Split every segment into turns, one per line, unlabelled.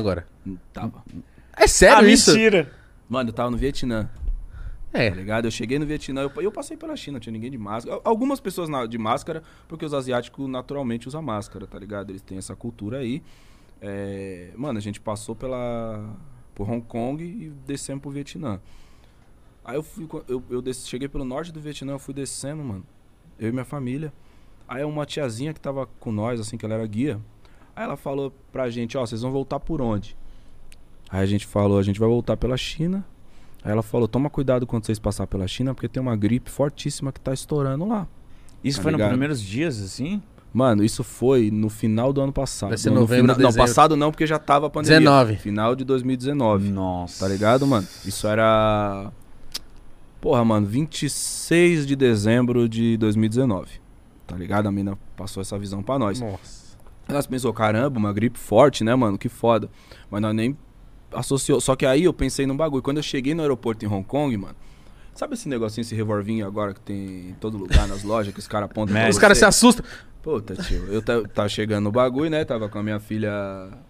agora.
Tava.
É sério
ah,
isso?
mentira.
Mano, eu tava no Vietnã, tá
É.
ligado? Eu cheguei no Vietnã, eu, eu passei pela China, não tinha ninguém de máscara. Al- Algumas pessoas na- de máscara, porque os asiáticos naturalmente usam máscara, tá ligado? Eles têm essa cultura aí. É, mano, a gente passou pela por Hong Kong e descemos pro Vietnã. Aí eu fui, co- eu, eu desci- cheguei pelo norte do Vietnã, eu fui descendo, mano. Eu e minha família. Aí uma tiazinha que tava com nós, assim, que ela era guia. Aí ela falou pra gente, ó, vocês vão voltar por onde? Aí a gente falou, a gente vai voltar pela China. Aí ela falou, toma cuidado quando vocês passar pela China, porque tem uma gripe fortíssima que tá estourando lá.
Isso
Tá
foi nos
ligado?
primeiros dias, assim?
Mano, isso foi no final do ano passado.
Vai ser
No- no
novembro,
final- Não,
dezembro.
passado não, porque já tava a pandemia.
19.
Final de 2019.
Nossa.
Tá ligado, mano? Isso era. Porra, mano, 26 de dezembro de 2019. Tá ligado? A mina passou essa visão pra nós.
Nossa.
Nós pensou, caramba, uma gripe forte, né, mano? Que foda. Mas nós nem associou. Só que aí eu pensei num bagulho. Quando eu cheguei no aeroporto em Hong Kong, mano. Sabe esse negocinho, esse revolvinho agora que tem em todo lugar nas lojas, que os caras apontam pra
Médio.
Os
você?
caras se assustam.
Puta, tio, eu ta- tava chegando no bagulho, né? Tava com a minha filha,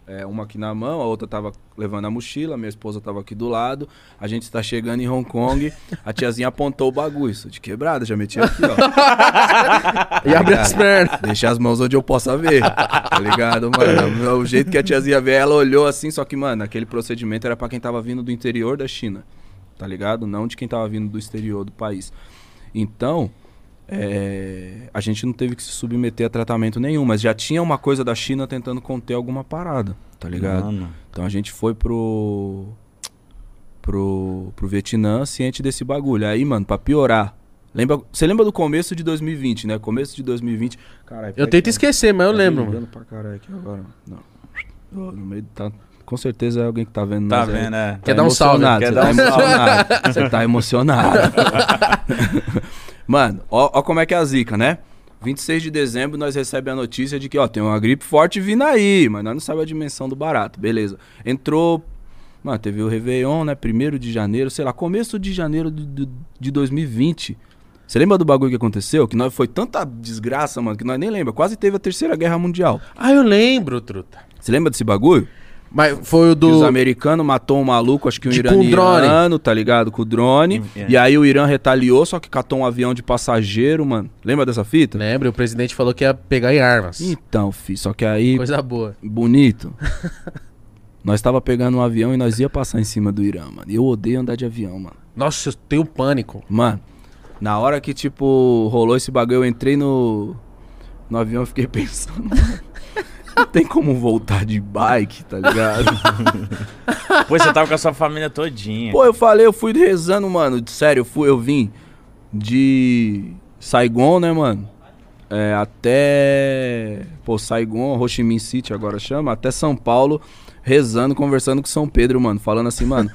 é, uma aqui na mão, a outra tava levando a mochila, minha esposa tava aqui do lado. A gente tá chegando em Hong Kong, a tiazinha apontou o bagulho. Isso de quebrada, já meti aqui, ó.
E abre as pernas.
Deixa as mãos onde eu possa ver. Tá ligado, mano? É O jeito que a tiazinha vê, ela olhou assim, só que, mano, aquele procedimento era pra quem tava vindo do interior da China. Tá ligado? Não de quem tava vindo do exterior do país. Então, é, a gente não teve que se submeter a tratamento nenhum, mas já tinha uma coisa da China tentando conter alguma parada, tá ligado?
Mano.
Então a gente foi pro, pro, pro Vietnã ciente desse bagulho. Aí, mano, pra piorar. Lembra, você lembra do começo de 2020, né? Começo de 2020. Caralho,
Eu tento esquecer, mas eu
Tá
lembro, mano.
Pra caralho aqui agora. mano. Não. Ô, no meio tá, com certeza é alguém que tá vendo
Tá
nós aí.
vendo, é.
Quer dar um salve,
emocionado,
quer
você
dar
tá
um salve.
emocionado, Você tá emocionado. Mano, ó, ó como é que é a zica, né? 26 de dezembro nós recebemos a notícia de que, ó, tem uma gripe forte vindo aí, mas nós não sabemos a dimensão do barato, beleza. Entrou, mano, teve o Réveillon, né? Primeiro de janeiro, sei lá, começo de janeiro de, de, de 2020. Você lembra do bagulho que aconteceu? Que nós, foi tanta desgraça, mano, que nós nem lembra. Quase teve a Terceira Guerra Mundial.
Ah, eu lembro, truta.
Você lembra desse bagulho?
Mas foi o
Que os
do.
americanos matou um maluco, acho que um
De- com
iraniano,
drone.
tá ligado? Com o drone.
Hum, é.
E aí o Irã retaliou, só que catou um avião de passageiro, mano. Lembra dessa fita?
Lembra? O presidente falou que ia pegar em armas.
Então, fi, só que aí,
Coisa boa.
bonito. nós tava pegando um avião e nós ia passar em cima do Irã, mano. E eu odeio andar de avião, mano.
Nossa, eu tenho pânico.
Mano, na hora que, tipo, rolou esse bagulho, eu entrei no, no avião e fiquei pensando. mano, Não tem como voltar de bike, tá ligado?
Pô, você tava com a sua família todinha.
Pô, eu falei, eu fui rezando, mano. Sério, eu, fui, eu vim de Saigon, né, mano? É, até. Pô, Saigon, Ho Chi Minh City agora chama, até São Paulo, rezando, conversando com São Pedro, mano. Falando assim, mano,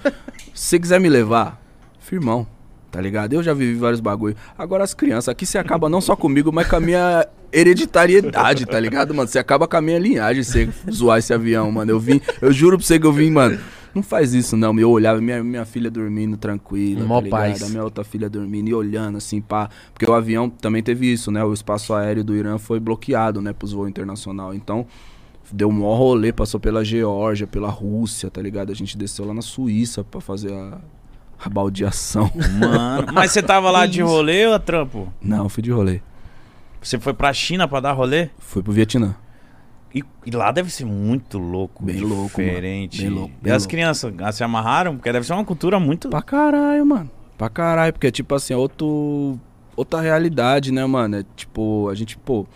se você quiser me levar, firmão, tá ligado? Eu já vivi vários bagulho. Agora as crianças, aqui você acaba não só comigo, mas com a minha hereditariedade, tá ligado, mano? Você acaba com a minha linhagem, você zoar esse avião, mano. Eu vim, eu juro pra você que eu vim, mano. Não faz isso, não. Eu olhava minha, minha filha dormindo tranquila,
Mó
tá ligado?
paz.
A minha outra filha dormindo e olhando assim, pá. Porque o avião também teve isso, né? O espaço aéreo do Irã foi bloqueado, né, pros voos internacional. Então, deu um maior rolê, passou pela Geórgia, pela Rússia, tá ligado? A gente desceu lá na Suíça pra fazer a, a baldeação.
Mano. Mas você tava lá de rolê ou trampo?
Não, fui de rolê.
Você foi pra China pra dar rolê?
Fui pro Vietnã.
E, e lá deve ser muito louco,
Bem louco, mano.
diferente.
Bem louco,
e
bem
as
louco.
crianças ah, se amarraram, porque deve ser uma cultura muito.
Pra caralho, mano. Pra caralho, porque é tipo assim, outro, outra realidade, né, mano? É tipo, a gente, pô,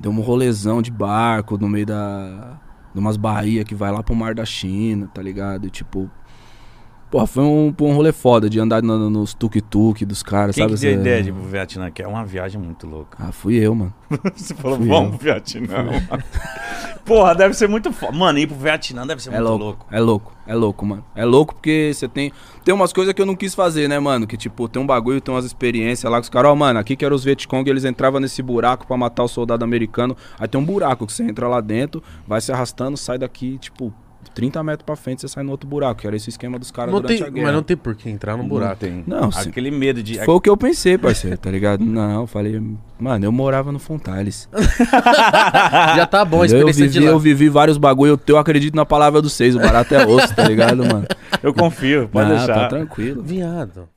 deu um rolezão de barco no meio da. de umas Bahia que vai lá pro mar da China, tá ligado? E tipo. Porra, foi um, pô, um rolê foda de andar no- no- nos tuk-tuk dos caras,
Quem
sabe?
que deu a
Essa-
ideia de ir pro Vietnã? Que é uma viagem muito louca.
Ah, fui eu, mano.
Você falou,
Fui
vamos
eu.
pro Vietnã. Porra, deve ser muito foda. Mano, ir pro Vietnã deve ser
É
muito
louco,
louco.
É louco, é louco, mano. É louco porque você tem. Tem umas coisas que eu não quis fazer, né, mano? Que tipo, tem um bagulho, tem umas experiências lá com os caras. Ó, mano, aqui que eram os Vietcong, eles entravam nesse buraco pra matar o soldado americano. Aí tem um buraco que você entra lá dentro, vai se arrastando, sai daqui, tipo, 30 metros pra frente, você sai no outro buraco, que era esse o esquema dos caras
Não
durante
tem,
a guerra.
mas não tem por que entrar num buraco.
tem.
Não, sim.
Aquele medo de.
Foi o que eu pensei, parceiro, tá ligado? Não, eu falei, mano, eu morava no Fontales.
Já tá bom a
eu,
experiência
vivi,
de lá.
eu vivi vários bagulho, eu, eu acredito na palavra dos seis, o barato é osso, tá ligado, mano?
Eu confio, pode
Não,
deixar.
tá tranquilo.
Viado.